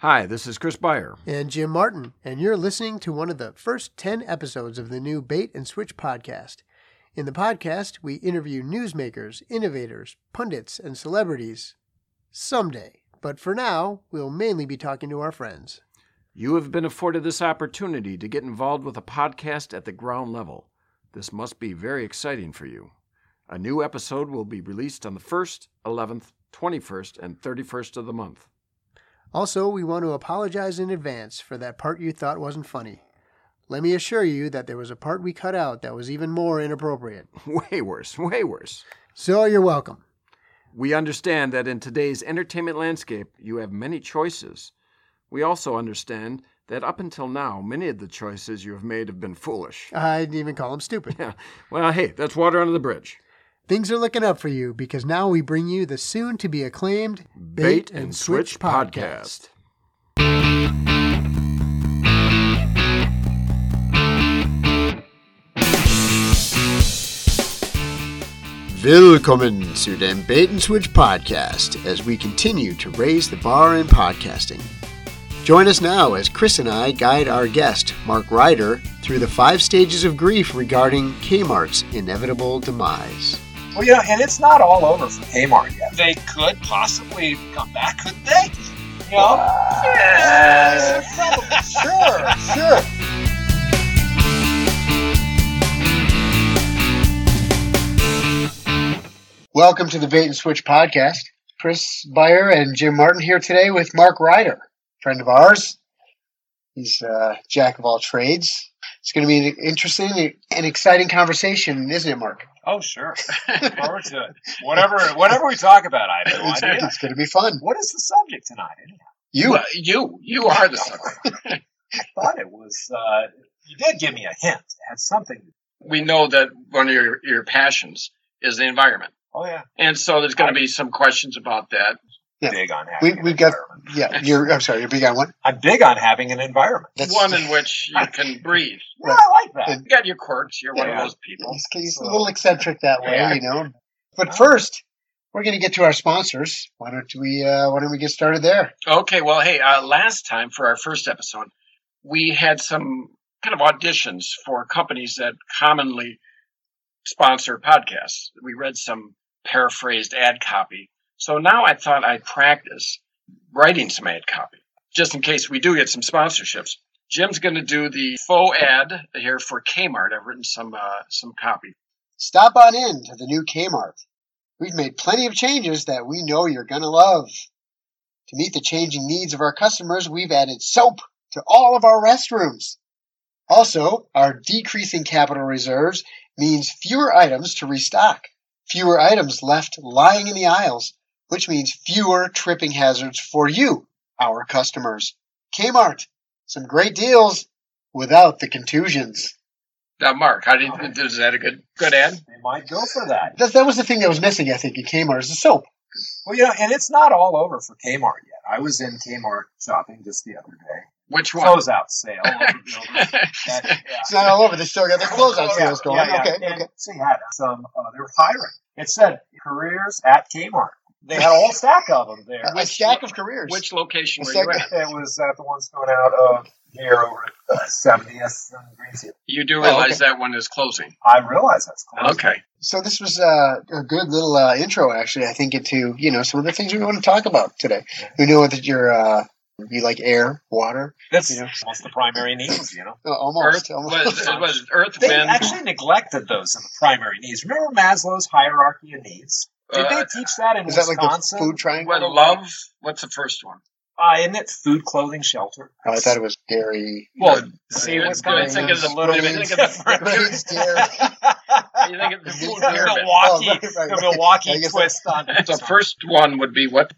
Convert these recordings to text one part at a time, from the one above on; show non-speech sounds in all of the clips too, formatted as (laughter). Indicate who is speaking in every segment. Speaker 1: Hi, this is Chris Beyer.
Speaker 2: and Jim Martin, and you're listening to one of the first 10 episodes of the new Bait and Switch podcast. In the podcast, we interview newsmakers, innovators, pundits, and celebrities someday. But for now, we'll mainly be talking to our friends.
Speaker 1: You have been afforded this opportunity to get involved with a podcast at the ground level. This must be very exciting for you. A new episode will be released on the 1st, 11th, 21st, and 31st of the month. (laughs)
Speaker 2: Also, we want to apologize in advance for that part you thought wasn't funny. Let me assure you that there was a part we cut out that was even more inappropriate.
Speaker 1: Way worse, way worse.
Speaker 2: So you're welcome.
Speaker 1: We understand that in today's entertainment landscape, you have many choices. We also understand that up until now, many of the choices you have made have been foolish. (laughs)
Speaker 2: I didn't even call him stupid.
Speaker 1: Yeah. Well, hey, that's water under the bridge.
Speaker 2: Things are looking up for you because now we bring you the soon to be acclaimed Bait, and Switch podcast. Willkommen zu dem Bait and Switch podcast as we continue to raise the bar in podcasting. Join us now as Chris and I guide our guest, Mark Ryder, through the five stages of grief regarding Kmart's inevitable demise.
Speaker 3: Well, you know, and it's not all over for Kmart yet. They could possibly come back, couldn't they? You know? Yeah, probably. sure, sure.
Speaker 2: Welcome to the Bait and Switch podcast. Chris Beyer and Jim Martin here today with Mark Ryder, friend of ours. He's a jack of all trades. It's going to be an interesting and exciting conversation, isn't it, Mark?
Speaker 3: Oh, sure. Look Forward to it. Whatever, whatever we talk about, I have no
Speaker 2: It's,
Speaker 3: idea.
Speaker 2: it's going to be fun.
Speaker 3: What is the subject tonight? Anyhow?
Speaker 2: You,
Speaker 4: Well, you you are the subject.
Speaker 3: I thought it was. Uh, you did give me a hint. It had something.
Speaker 4: We know that one of your, your passions is the environment.
Speaker 3: Oh yeah.
Speaker 4: And so there's going to be some questions about that.
Speaker 2: Yeah.
Speaker 3: Big on
Speaker 2: we,
Speaker 3: having. an
Speaker 2: we've got,
Speaker 3: environment.
Speaker 2: yeah, you're, I'm sorry, you're big on one.
Speaker 3: I'm big on having an environment.
Speaker 2: That's
Speaker 4: one in which you can breathe.
Speaker 3: Yeah, I like that.
Speaker 2: And-
Speaker 4: You got your quirks. You're one
Speaker 3: Yeah.
Speaker 4: of those people.
Speaker 2: He's, he's a little eccentric that way,
Speaker 4: Yeah.
Speaker 2: you know. But first, we're going to get to our sponsors. Why don't we? Uh, why don't we get started there?
Speaker 4: Okay. Well, hey, uh, last time for our first episode, we had some kind of auditions for companies that commonly sponsor podcasts. We read some paraphrased ad copy. So now I thought I'd practice writing some ad copy just in case we do get some sponsorships. Jim's going to do the faux ad here for Kmart. I've written some uh, some copy.
Speaker 2: Stop on in to the new Kmart. We've made plenty of changes that we know you're going to love. To meet the changing needs of our customers, we've added soap to all of our restrooms. Also, our decreasing capital reserves means fewer items to restock, fewer items left lying in the aisles, which means fewer tripping hazards for you, our customers. Kmart, some great deals without the contusions.
Speaker 4: Now, Mark, how did, is that a good good ad?
Speaker 3: They might go for that.
Speaker 2: That, that was the thing that was missing, I think, in Kmart is the soap.
Speaker 3: Well, you know, and it's not all over for Kmart yet. I was in Kmart shopping just the other day.
Speaker 2: (laughs)
Speaker 4: Which one?
Speaker 3: Closeout
Speaker 4: (laughs)
Speaker 3: sale. over, over, that, yeah.
Speaker 2: It's not all over. They still
Speaker 3: (laughs)
Speaker 2: got their clothes on sales going.
Speaker 3: Oh, Yeah, yeah.
Speaker 2: Okay,
Speaker 3: and
Speaker 2: okay.
Speaker 3: She had some. Uh, they were hiring. It said careers at Kmart. They had a whole stack of them
Speaker 2: (laughs)
Speaker 3: there.
Speaker 2: A stack of careers.
Speaker 4: Which location
Speaker 2: The
Speaker 4: were you
Speaker 2: second-
Speaker 4: at?
Speaker 3: It was at the ones going out of here over at uh, Seventieth and Greenfield.
Speaker 4: You do
Speaker 2: Oh, okay.
Speaker 4: realize that one is closing.
Speaker 3: I realize that's close.
Speaker 4: Okay.
Speaker 2: so this was uh, a good little uh, intro, actually. I think into you know some of the things we want to talk about today. We know that you're uh, you like air, water,
Speaker 3: That's
Speaker 2: Yeah.
Speaker 3: almost the primary needs, you know.
Speaker 2: uh, almost,
Speaker 4: Earth
Speaker 2: almost. (laughs)
Speaker 4: was, it was Earth,
Speaker 3: They
Speaker 4: Wind.
Speaker 3: actually neglected those in the primary needs. Remember Maslow's hierarchy of needs? Did
Speaker 4: uh,
Speaker 3: they teach that in
Speaker 2: Is that like the
Speaker 3: Wisconsin?
Speaker 2: food triangle?
Speaker 4: well, love. What's the first one?
Speaker 3: Uh, isn't it food, clothing, shelter?
Speaker 2: Oh, I thought it was dairy.
Speaker 3: Well,
Speaker 4: Good.
Speaker 3: see,
Speaker 4: Good.
Speaker 3: Wisconsin
Speaker 4: Think of
Speaker 3: is
Speaker 4: the-
Speaker 3: a little
Speaker 4: think
Speaker 3: bit
Speaker 4: of the-
Speaker 2: Grains,
Speaker 3: (laughs)
Speaker 2: dairy.
Speaker 4: You think of the food
Speaker 2: Yeah,
Speaker 4: pyramid.
Speaker 3: Milwaukee,
Speaker 2: Oh, right, right,
Speaker 3: the
Speaker 2: right. I
Speaker 3: Milwaukee
Speaker 2: guess
Speaker 3: twist on
Speaker 4: (laughs) The first one would be what?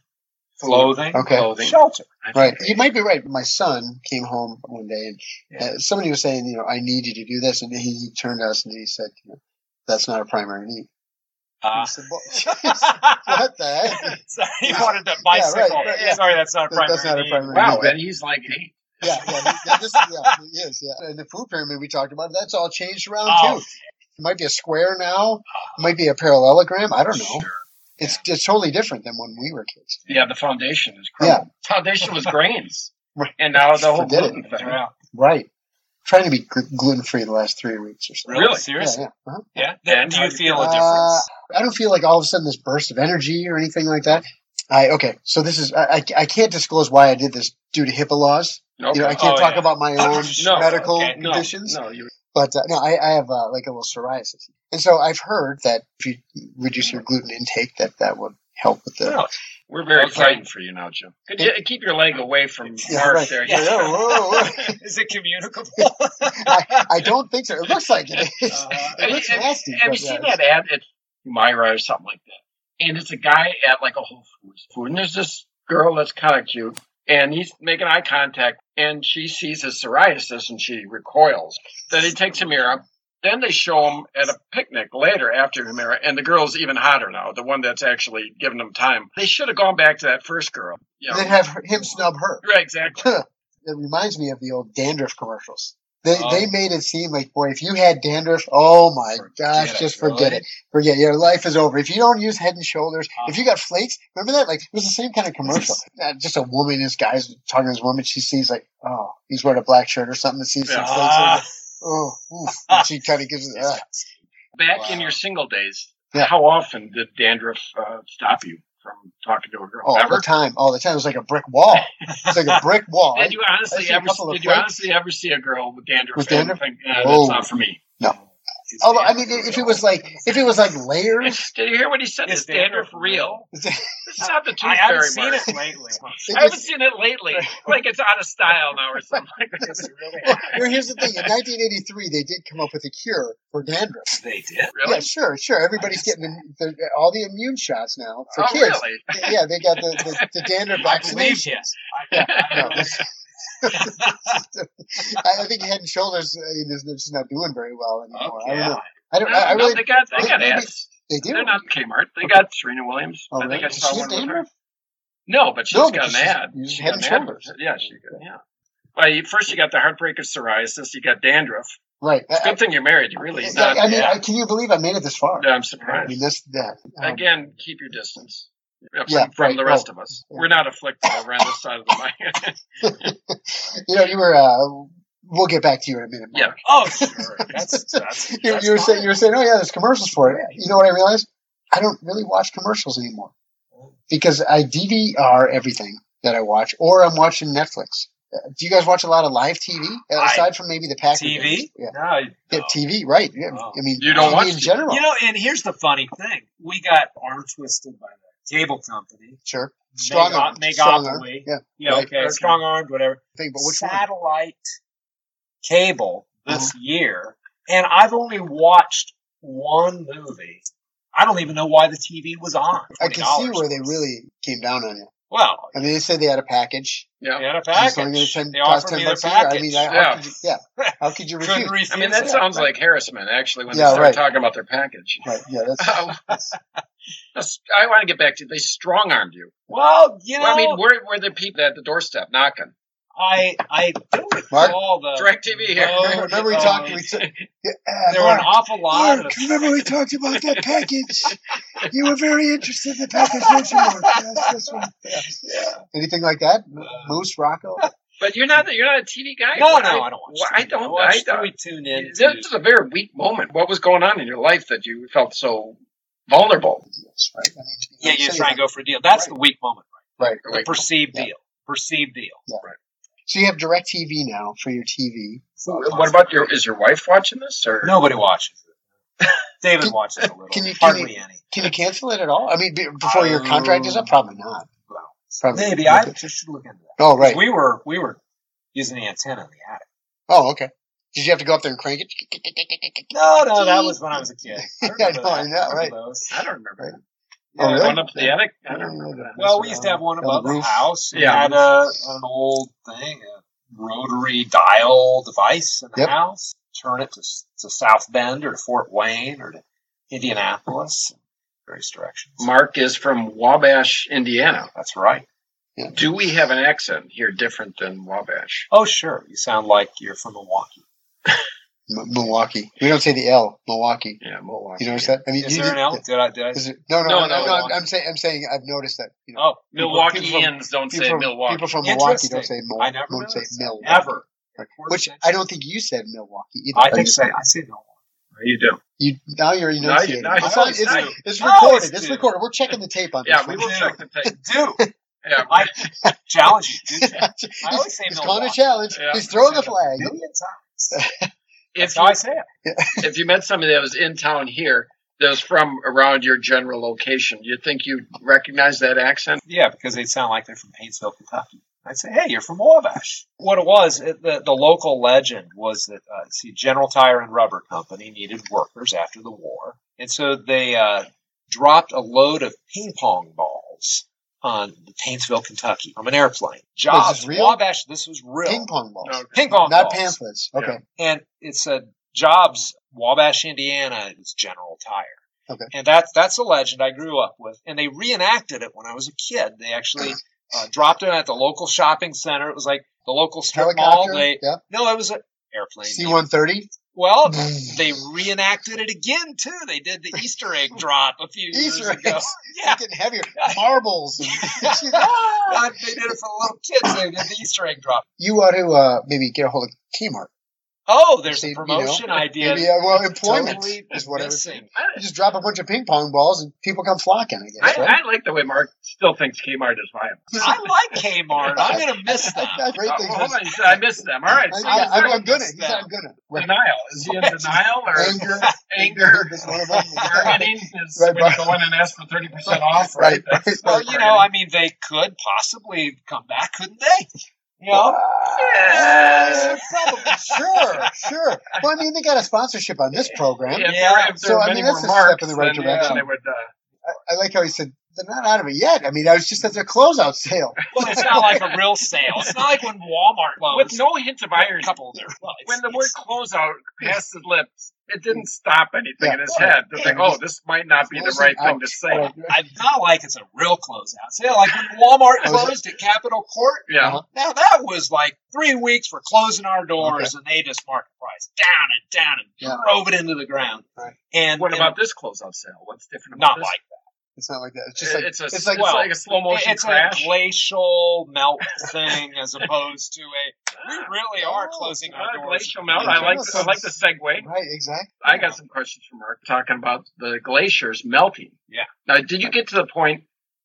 Speaker 3: clothing,
Speaker 2: Okay.
Speaker 4: Clothing.
Speaker 3: shelter.
Speaker 2: Right. You might be right. My son came home one day and uh, somebody was saying, you know, I need you to do this. And he, he turned to us and he said, you know, that's not a primary need.
Speaker 3: Uh,
Speaker 2: I said, (laughs) "Well, what the heck?
Speaker 3: (laughs) so he wanted that bicycle.
Speaker 2: Yeah, right, right, yeah.
Speaker 3: Sorry, that's not a primary.
Speaker 2: That's not a
Speaker 3: need.
Speaker 2: primary
Speaker 4: Wow,
Speaker 2: need.
Speaker 4: and he's like eight.
Speaker 2: Yeah, yeah, yeah, this,
Speaker 4: (laughs)
Speaker 2: yeah, it is, yeah. And the food pyramid we talked about, that's all changed around too.
Speaker 3: Oh.
Speaker 2: It might be a square now, it might be a parallelogram. I don't know.
Speaker 4: Sure.
Speaker 2: It's it's totally different than when we were kids.
Speaker 4: Yeah, the foundation is crumbled. Foundation was grains,
Speaker 2: (laughs) Right.
Speaker 4: and now the whole
Speaker 2: Forget it.
Speaker 4: gluten thing.
Speaker 3: Wow.
Speaker 2: Right. Trying to be gluten free the last three weeks or so.
Speaker 4: Really?
Speaker 3: Seriously?
Speaker 2: Yeah, yeah. Uh-huh.
Speaker 3: Yeah.
Speaker 4: And
Speaker 3: do
Speaker 4: how
Speaker 3: you
Speaker 4: do you
Speaker 3: feel a
Speaker 2: Uh,
Speaker 3: difference?
Speaker 2: I don't feel like all of a sudden this burst of energy or anything like that. I okay, so this is I, I, I can't disclose why I did this due to HIPAA laws.
Speaker 4: Okay.
Speaker 2: You know, I can't
Speaker 3: Oh,
Speaker 2: talk
Speaker 3: yeah.
Speaker 2: about my own
Speaker 4: (laughs) No,
Speaker 2: medical
Speaker 3: okay,
Speaker 4: no,
Speaker 2: conditions.
Speaker 4: No, you,
Speaker 2: But uh, no, I, I have uh, like a little psoriasis, and so I've heard that if you reduce your gluten intake, that that would help with the.
Speaker 4: No. we're very
Speaker 3: Okay.
Speaker 4: frightened for you now, Jim. Could you, keep your leg away from
Speaker 2: Yeah,
Speaker 4: Mark
Speaker 2: right.
Speaker 4: there.
Speaker 2: Yeah, yeah, whoa, whoa.
Speaker 3: (laughs) Is it communicable?
Speaker 2: I don't think so. It looks like it is.
Speaker 3: Uh,
Speaker 2: It
Speaker 4: Have
Speaker 2: looks
Speaker 4: you- have-
Speaker 2: nasty,
Speaker 4: Have you
Speaker 2: but uh,
Speaker 4: seen
Speaker 2: yeah,
Speaker 4: that ad at Myra or something like that? And it's a guy at like a Whole Foods food, and there's this girl that's kind of cute, and he's making eye contact, and she sees his psoriasis, and she recoils. Then he takes a mirror. Then they show him at a picnic later after the mirror, and the girl's even hotter now, the one that's actually giving him time. They should have gone back to that first girl. Yeah,
Speaker 2: Then have her- him snub her. (laughs)
Speaker 4: right, exactly.
Speaker 2: It reminds me of the old dandruff commercials. They
Speaker 3: Oh.
Speaker 2: they made it seem like boy, if you had dandruff, oh my (laughs) gosh,
Speaker 3: it,
Speaker 2: just forget
Speaker 3: really?
Speaker 2: it, forget your life is over. If you don't use Head and Shoulders,
Speaker 4: Uh-huh.
Speaker 2: if you got flakes, remember that? Like it was the same kind of commercial. Uh, just a woman, this guy's talking to this woman. She sees like, oh, he's wearing a black shirt or something. And sees some flakes. and
Speaker 3: Ah,
Speaker 2: like,
Speaker 4: (laughs)
Speaker 2: Oh, oof. And she kind of gives it. Uh,
Speaker 4: Back in
Speaker 3: Wow.
Speaker 4: your single days,
Speaker 2: Yeah.
Speaker 4: how often did dandruff uh, stop you from talking to a girl?
Speaker 2: all
Speaker 4: Ever?
Speaker 2: the time, all the time. It was like a brick wall. It's like a
Speaker 4: (laughs)
Speaker 2: brick wall.
Speaker 4: Did you honestly
Speaker 2: see a
Speaker 4: ever?
Speaker 2: couple of
Speaker 4: Did you
Speaker 2: flakes.
Speaker 4: honestly ever see a girl with dandruff?
Speaker 2: With dandruff?
Speaker 4: And think, "Uh,
Speaker 2: Oh.
Speaker 4: that's not for me.
Speaker 2: Although I mean, if it was like if it was like
Speaker 4: (laughs)
Speaker 2: layers,
Speaker 4: Did you hear what he said?
Speaker 3: Is
Speaker 4: Is dandruff
Speaker 3: dandruff
Speaker 4: real? It's not the tooth
Speaker 3: I haven't
Speaker 4: fairy
Speaker 3: seen
Speaker 4: mark.
Speaker 3: it lately.
Speaker 4: I haven't seen it
Speaker 2: (laughs)
Speaker 4: lately. (laughs) like it's out of style now or something. like that.
Speaker 3: Is it
Speaker 4: (laughs)
Speaker 3: really?
Speaker 2: Well, here's the thing. In 1983, they did come up with a cure for dandruff.
Speaker 3: They did.
Speaker 4: Really?
Speaker 2: Yeah, sure, sure. Everybody's
Speaker 3: missed
Speaker 2: getting the, the, all the immune shots now for
Speaker 4: oh,
Speaker 2: kids. (laughs)
Speaker 4: really?
Speaker 2: Yeah, they got the, the, the
Speaker 4: (laughs)
Speaker 2: dandruff
Speaker 3: I believe
Speaker 2: vaccination.
Speaker 3: you.
Speaker 2: No, that's- (laughs) I, I think Head and Shoulders uh, is just not doing very well anymore. Oh, I don't know. I don't.
Speaker 4: No,
Speaker 2: I, I
Speaker 4: no,
Speaker 2: really.
Speaker 4: they got they
Speaker 2: Maybe-
Speaker 4: got
Speaker 2: maybe-
Speaker 4: ads.
Speaker 2: They do.
Speaker 4: They're not Kmart. They got Serena Williams.
Speaker 2: Oh,
Speaker 4: I think
Speaker 2: really?
Speaker 4: I
Speaker 2: Is
Speaker 4: saw
Speaker 2: she a
Speaker 4: one with her.
Speaker 2: dandruff?
Speaker 4: No, but she's
Speaker 2: No, but
Speaker 4: got an
Speaker 2: she's-
Speaker 4: ad.
Speaker 2: she's
Speaker 4: She
Speaker 2: head
Speaker 4: got an
Speaker 2: and
Speaker 4: ad.
Speaker 2: shoulders.
Speaker 4: Yeah, she got, yeah. Well, you, first you got the heartbreak of psoriasis. You got dandruff.
Speaker 2: Right. I, I,
Speaker 4: Good thing you're married. You really
Speaker 2: I-
Speaker 4: not.
Speaker 2: I mean,
Speaker 3: yeah.
Speaker 2: I, can you believe I made it this far?
Speaker 4: I'm
Speaker 2: I
Speaker 4: surprised.
Speaker 2: mean, that's that. Um,
Speaker 4: Again, keep your distance from,
Speaker 2: Yeah,
Speaker 4: from
Speaker 2: right.
Speaker 4: the rest of us. We're not afflicted over on this side of the
Speaker 3: (laughs)
Speaker 4: (laughs) line.
Speaker 2: you know, you were. Uh, we'll get back to you in a minute. Mark.
Speaker 4: yeah,
Speaker 3: Oh,
Speaker 2: (laughs)
Speaker 3: sure. That's, that's,
Speaker 2: you,
Speaker 3: that's
Speaker 2: you were
Speaker 3: fine.
Speaker 2: saying you were saying, oh yeah, there's commercials for it. You know what I realized? I don't really watch commercials anymore because I DVR everything that I watch, or I'm watching Netflix. Uh, Do you guys watch a lot of live TV Uh,
Speaker 3: I-
Speaker 2: aside from maybe the Packers?
Speaker 3: TV?
Speaker 2: Yeah.
Speaker 3: No, I-
Speaker 2: Yeah,
Speaker 3: no.
Speaker 2: TV, right? Yeah.
Speaker 3: Oh.
Speaker 2: I mean,
Speaker 4: You don't
Speaker 2: TV
Speaker 4: watch
Speaker 2: in
Speaker 4: TV.
Speaker 2: general.
Speaker 3: You know, and here's the funny thing: we got arm twisted by the cable company.
Speaker 2: sure. Strong arm.
Speaker 3: Mega-
Speaker 2: Strong arm.
Speaker 3: Megopoly.
Speaker 2: Yeah.
Speaker 3: Yeah,
Speaker 2: Right.
Speaker 3: okay, strong armed, whatever.
Speaker 2: Thing, but which one? Uh-huh.
Speaker 3: Satellite cable this year, and I've only watched one movie. I don't even know why the TV was on.
Speaker 2: I can see
Speaker 3: $20
Speaker 2: where they really came down on you.
Speaker 3: Well,
Speaker 2: I mean, they said they had a package.
Speaker 4: yeah.
Speaker 3: they had a
Speaker 2: Just only gonna
Speaker 3: package.
Speaker 2: send-
Speaker 3: They
Speaker 2: cost 10
Speaker 3: offered me their
Speaker 2: bucks a year. I
Speaker 3: package.
Speaker 2: mean, I,
Speaker 4: Yeah.
Speaker 2: How could you, yeah. How could you
Speaker 3: Couldn't
Speaker 2: refuse?
Speaker 3: refuse
Speaker 4: I mean, that
Speaker 3: it.
Speaker 4: sounds like Harrisman, actually, when
Speaker 2: Yeah,
Speaker 4: they start
Speaker 2: right.
Speaker 4: talking about
Speaker 2: (laughs)
Speaker 4: their package.
Speaker 2: Right. Yeah. That's,
Speaker 4: Oh, that's- I want to get back to They strong armed you.
Speaker 3: Well, you know,
Speaker 4: Well, I mean, where were the people at the doorstep knocking?
Speaker 3: I I don't
Speaker 2: Mark?
Speaker 3: recall the
Speaker 4: DirecTV here.
Speaker 3: (laughs) Oh,
Speaker 2: remember we
Speaker 3: oh,
Speaker 2: talked. We
Speaker 3: (laughs)
Speaker 2: t- yeah, uh,
Speaker 3: There were an
Speaker 2: Mark,
Speaker 3: awful lot of
Speaker 2: Mark, Oh, remember we talked about
Speaker 3: (laughs)
Speaker 2: that package? you were very interested in the package, weren't you, Mark? Yes, that's right. Yeah. Anything like that? M-
Speaker 3: Uh,
Speaker 2: Moose,
Speaker 3: (laughs)
Speaker 2: Rocco?
Speaker 4: But you're not you're not a TV guy.
Speaker 3: No,
Speaker 4: Why-
Speaker 3: no, I don't watch.
Speaker 4: why- I
Speaker 3: TV.
Speaker 4: don't.
Speaker 3: watch
Speaker 4: I don't.
Speaker 3: We tune in.
Speaker 4: This
Speaker 3: to-
Speaker 4: is a very weak moment. What was going on in your life that you felt so vulnerable?
Speaker 2: Yes, right. I mean,
Speaker 3: yeah, you
Speaker 2: say
Speaker 3: try
Speaker 2: that.
Speaker 3: and go for a deal. That's
Speaker 2: Right.
Speaker 3: the weak moment,
Speaker 2: Right.
Speaker 3: the perceived
Speaker 2: Yeah.
Speaker 3: deal, perceived deal.
Speaker 2: So you have direct TV now for your TV.
Speaker 4: What about your? Is your wife watching this or
Speaker 3: Nobody watches it.
Speaker 4: (laughs)
Speaker 3: David watches a little.
Speaker 2: Can you- can
Speaker 3: hardly any?
Speaker 2: Can you cancel it at all? I mean, be- before your contract is up? Probably not.
Speaker 3: Well,
Speaker 2: Probably
Speaker 3: Um, Maybe I just should look into that.
Speaker 2: Oh, right.
Speaker 3: We were we were using the antenna in the attic.
Speaker 2: Oh, okay. Did you have to go up there and crank it?
Speaker 3: No, no, that was when I was a kid. (laughs) I
Speaker 2: Yeah,
Speaker 3: remember
Speaker 2: no, I
Speaker 3: that.
Speaker 2: know, right.
Speaker 3: Those.
Speaker 4: I don't remember. that.
Speaker 2: Oh, really?
Speaker 4: Going up to the attic. I
Speaker 2: Yeah,
Speaker 4: don't remember that.
Speaker 3: Well, we used to have one
Speaker 2: On
Speaker 3: above
Speaker 2: the
Speaker 3: the,
Speaker 2: roof.
Speaker 3: house. We
Speaker 4: Yeah.
Speaker 3: had a, an old thing, a rotary dial device in the
Speaker 2: Yep.
Speaker 3: house. Turn it to, to South Bend or to Fort Wayne or to Indianapolis, various directions.
Speaker 4: Mark is from Wabash, Indiana.
Speaker 3: That's right.
Speaker 4: Do we have an accent here different than Wabash?
Speaker 3: Oh, sure. You sound like you're from Milwaukee.
Speaker 2: M- Milwaukee. We don't say the L. Milwaukee.
Speaker 4: Yeah, Milwaukee.
Speaker 2: You notice
Speaker 4: yeah.
Speaker 2: that? I mean,
Speaker 3: Is
Speaker 2: you,
Speaker 3: there an L?
Speaker 2: yeah.
Speaker 3: Did I? Did I?
Speaker 2: Is there- no, no,
Speaker 4: No,
Speaker 2: no, no,
Speaker 4: no,
Speaker 2: no, I'm,
Speaker 4: Milwaukee.
Speaker 2: I'm saying, I'm saying, I've noticed that. You know,
Speaker 3: Oh,
Speaker 4: Milwaukeeans don't
Speaker 2: people
Speaker 4: say
Speaker 2: from,
Speaker 4: Milwaukee.
Speaker 2: People from Milwaukee don't
Speaker 3: Interesting.
Speaker 2: say Mil.
Speaker 3: I never
Speaker 2: don't say
Speaker 3: noticed that.
Speaker 2: Mil.
Speaker 3: ever.
Speaker 2: Which I don't think you said Milwaukee either.
Speaker 3: I think
Speaker 2: You-
Speaker 3: so. I say Milwaukee.
Speaker 4: You do.
Speaker 2: You now you're
Speaker 4: Now you-
Speaker 2: enunciating.
Speaker 4: now you-
Speaker 2: it's,
Speaker 3: now
Speaker 2: on,
Speaker 3: you-
Speaker 2: it's,
Speaker 4: now you-
Speaker 2: it's
Speaker 3: now it's
Speaker 2: recorded. It's
Speaker 3: two.
Speaker 2: recorded. We're checking the tape on this.
Speaker 4: Yeah, we
Speaker 2: one.
Speaker 4: will check the tape.
Speaker 2: (laughs)
Speaker 3: Do
Speaker 4: Yeah,
Speaker 3: I challenge you? Do (laughs)
Speaker 2: he's
Speaker 3: I always say
Speaker 2: he's calling a
Speaker 3: Milwaukee.
Speaker 2: challenge.
Speaker 4: Yeah.
Speaker 2: He's throwing the
Speaker 3: I've said it
Speaker 2: flag.
Speaker 3: a million times.
Speaker 4: if
Speaker 3: That's how I
Speaker 4: you,
Speaker 3: say it.
Speaker 4: if you met somebody that was in town here, that was from around your general location, you think you'd recognize that accent?
Speaker 3: Yeah, because they sound like they're from Paintsville, Kentucky. I'd say, hey, you're from Wabash. What it was, it, the, the local legend was that, uh, see, General Tire and Rubber Company needed workers after the war. And so they uh, dropped a load of ping pong balls on Paintsville, Kentucky from an airplane. Jobs,
Speaker 2: real?
Speaker 3: Wabash, this was real.
Speaker 2: Ping pong balls.
Speaker 4: No.
Speaker 3: Ping pong
Speaker 2: Not
Speaker 3: balls.
Speaker 2: pamphlets. Okay.
Speaker 3: and it said Jobs, Wabash, Indiana is General Tire.
Speaker 2: Okay.
Speaker 3: And that's that's a legend I grew up with, and they reenacted it when I was a kid. They actually uh, dropped it at the local shopping center. It was like the local strip mall.
Speaker 2: Helicopter.
Speaker 3: They
Speaker 2: yeah.
Speaker 3: no, it was an airplane.
Speaker 2: C one thirty.
Speaker 3: Well,
Speaker 2: mm.
Speaker 3: they reenacted it again too. They did the Easter egg drop a few years
Speaker 2: Easter eggs.
Speaker 3: ago. (laughs) Yeah,
Speaker 2: (laughs) Getting heavier.
Speaker 3: (laughs)
Speaker 2: Marbles. (laughs) and-
Speaker 3: Ah, they did it for the little kids. They did the Easter egg drop.
Speaker 2: you ought to uh, maybe get a hold of Kmart.
Speaker 3: Oh, there's
Speaker 2: See,
Speaker 3: a
Speaker 2: you know,
Speaker 3: promotion idea.
Speaker 2: Maybe uh, well employment
Speaker 3: totally
Speaker 2: is what I would
Speaker 3: missing.
Speaker 2: say. You just drop a bunch of ping pong balls and people come flocking. I
Speaker 4: I,
Speaker 2: guess. right?
Speaker 4: I like the way Mark still thinks Kmart is viable.
Speaker 2: (laughs)
Speaker 3: I like Kmart. I'm gonna miss them.
Speaker 2: I, I, great
Speaker 4: Uh,
Speaker 2: things.
Speaker 4: well, hold on, he said, I missed them. All right, so
Speaker 2: I,
Speaker 4: he's
Speaker 2: I,
Speaker 4: in
Speaker 2: I'm, I'm good at. He's
Speaker 3: Now.
Speaker 2: I'm good at.
Speaker 4: denial. Is he in denial or
Speaker 2: Anger,
Speaker 4: anger?
Speaker 2: is one of them.
Speaker 4: Bargaining is
Speaker 2: Right,
Speaker 4: when you
Speaker 2: bar-
Speaker 4: go in and ask for thirty percent off,
Speaker 2: (laughs)
Speaker 4: right? (laughs)
Speaker 2: Right,
Speaker 4: That's-
Speaker 2: right,
Speaker 3: Well,
Speaker 2: right.
Speaker 3: you know, I mean, they could possibly come back, couldn't they? You know,
Speaker 4: Yes.
Speaker 2: probably sure, sure. Well, I mean, they got a sponsorship on this program.
Speaker 4: If
Speaker 3: Yeah.
Speaker 4: there, if there
Speaker 2: So,
Speaker 4: were
Speaker 2: I
Speaker 4: many
Speaker 2: mean,
Speaker 4: more
Speaker 2: that's a step
Speaker 4: marks,
Speaker 2: in the right
Speaker 4: then,
Speaker 3: direction.
Speaker 4: then they would. Uh,
Speaker 2: I, I like how he said they're not out of it yet. I mean, I was just at their closeout sale.
Speaker 3: well, it's not like a real sale. It's not like when Walmart
Speaker 4: with
Speaker 3: closed.
Speaker 4: no hint of
Speaker 3: a
Speaker 4: irony,
Speaker 3: couple of their lights.
Speaker 4: when the word
Speaker 3: It's-
Speaker 4: "closeout" passed his lips, it didn't stop anything
Speaker 2: Yeah.
Speaker 4: in his head to
Speaker 2: Yeah.
Speaker 4: think, "Oh, this might not (laughs) be the right
Speaker 2: Closing
Speaker 4: thing
Speaker 2: out.
Speaker 4: to say."
Speaker 2: Right,
Speaker 3: I not like it's a real closeout sale. Like when Walmart
Speaker 2: Oh, is it?
Speaker 3: closed at Capitol Court.
Speaker 4: Yeah,
Speaker 2: Uh-huh.
Speaker 3: Now that was like three weeks for closing our doors, and they just marked the price down and down and
Speaker 2: Yeah.
Speaker 3: drove it into the ground.
Speaker 2: Right.
Speaker 3: And
Speaker 4: what
Speaker 3: and
Speaker 4: about this closeout sale? What's different about
Speaker 3: not
Speaker 4: this?
Speaker 3: like.
Speaker 2: It's not like that. It's just like
Speaker 4: it's a
Speaker 2: it's
Speaker 4: it's
Speaker 2: like-
Speaker 4: like,
Speaker 3: well,
Speaker 4: a slow motion
Speaker 3: it's
Speaker 4: crash.
Speaker 3: a glacial melt thing as opposed to a we really are closing
Speaker 4: Uh,
Speaker 3: our doors.
Speaker 4: glacial melt. I like I like the segue.
Speaker 2: right, exactly.
Speaker 4: I got some questions from Mark talking about the glaciers melting.
Speaker 3: Yeah.
Speaker 4: Now, did you get to the point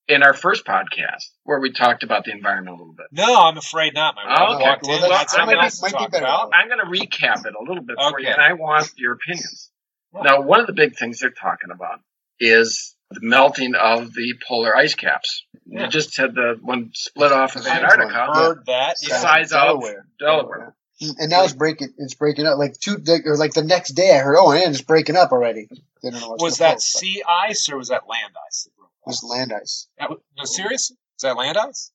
Speaker 4: in our first podcast where we talked about the environment a little bit?
Speaker 3: No, I'm afraid not. My wife
Speaker 4: Okay.
Speaker 3: walked
Speaker 2: Ah, Well,
Speaker 3: in.
Speaker 2: that's-
Speaker 3: That's
Speaker 4: that
Speaker 3: something
Speaker 4: might be-
Speaker 3: else to
Speaker 2: might be
Speaker 3: talk
Speaker 2: better.
Speaker 3: about.
Speaker 4: I'm going to recap it a little bit for
Speaker 3: Okay.
Speaker 4: you, and I want your opinions. Now, one of the big things they're talking about is the melting of the polar ice caps.
Speaker 3: Yeah.
Speaker 4: You just had the one split off of
Speaker 2: The Antarctic
Speaker 4: Antarctica,
Speaker 2: one.
Speaker 3: Heard that?
Speaker 4: the
Speaker 2: Yeah.
Speaker 4: size of
Speaker 2: Delaware.
Speaker 4: Delaware.
Speaker 2: And now it's breaking. It's breaking up. Like two, or like the next day, I heard, "Oh, and it's breaking up already." They don't know what's
Speaker 3: Was
Speaker 2: gonna
Speaker 3: that
Speaker 2: float,
Speaker 3: sea ice or was that land ice?
Speaker 2: but it was land ice.
Speaker 3: That was, no, seriously? Is that land ice?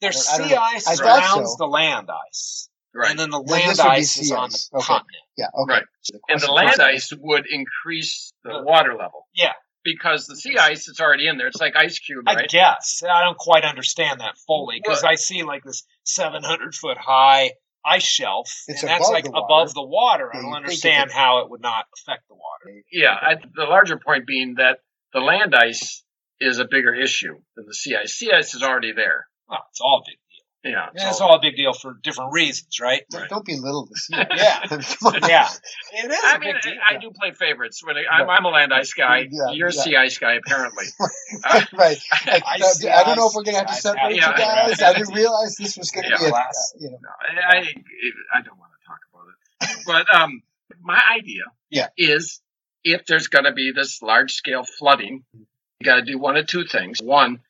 Speaker 3: There's
Speaker 2: I don't
Speaker 3: sea
Speaker 2: know.
Speaker 3: ice
Speaker 2: I
Speaker 4: thought
Speaker 3: surrounds
Speaker 2: so.
Speaker 3: the land ice,
Speaker 4: Right.
Speaker 3: and then the
Speaker 2: Then
Speaker 3: land
Speaker 2: this would be
Speaker 3: ice is
Speaker 2: sea
Speaker 3: on
Speaker 2: ice.
Speaker 3: the
Speaker 2: Okay.
Speaker 3: continent.
Speaker 2: Yeah. Okay.
Speaker 4: Right.
Speaker 2: So
Speaker 4: And the
Speaker 2: question
Speaker 4: land
Speaker 2: comes out.
Speaker 4: ice would increase the
Speaker 3: Yeah.
Speaker 4: water level.
Speaker 3: Yeah.
Speaker 4: Because the sea ice is already in there. It's like ice cube,
Speaker 3: I
Speaker 4: right?
Speaker 3: guess I don't quite understand that fully because I see like this 700 foot high ice shelf,
Speaker 2: It's
Speaker 3: and that's
Speaker 2: above
Speaker 3: like
Speaker 2: the water.
Speaker 3: above the water.
Speaker 2: Yeah,
Speaker 3: I
Speaker 2: you
Speaker 3: don't
Speaker 2: think it's
Speaker 3: understand
Speaker 2: a-
Speaker 3: how it would not affect the water.
Speaker 4: Yeah, I, the larger point being that the land ice is a bigger issue than the sea ice. Sea ice is already there.
Speaker 3: Well, it's all a big deal.
Speaker 4: Yeah,
Speaker 3: And it's all a big deal for different reasons,
Speaker 2: (laughs)
Speaker 3: right?
Speaker 2: Don't-
Speaker 4: Right.
Speaker 2: Don't be little this
Speaker 4: (laughs)
Speaker 2: year.
Speaker 3: Yeah.
Speaker 2: (laughs) Come on.
Speaker 3: yeah, it is
Speaker 4: I
Speaker 3: a
Speaker 4: mean,
Speaker 3: big deal.
Speaker 4: I, I do play favorites. When I, I'm, I'm a land ice guy,
Speaker 2: Yeah,
Speaker 4: you're a
Speaker 2: yeah.
Speaker 4: sea ice guy, apparently.
Speaker 2: right.
Speaker 4: I
Speaker 2: Like, uh,
Speaker 3: see
Speaker 2: I don't know if
Speaker 3: ice,
Speaker 2: we're gonna have to
Speaker 3: ice,
Speaker 2: separate
Speaker 4: yeah,
Speaker 2: you guys.
Speaker 3: yeah.
Speaker 2: I didn't realize this was gonna be a.
Speaker 3: Yeah.
Speaker 2: You know.
Speaker 4: I, I don't want to talk
Speaker 2: (laughs)
Speaker 4: about it. But um, my idea
Speaker 2: Yeah.
Speaker 4: is if there's going to be this large scale flooding, you got to do one of two things. One,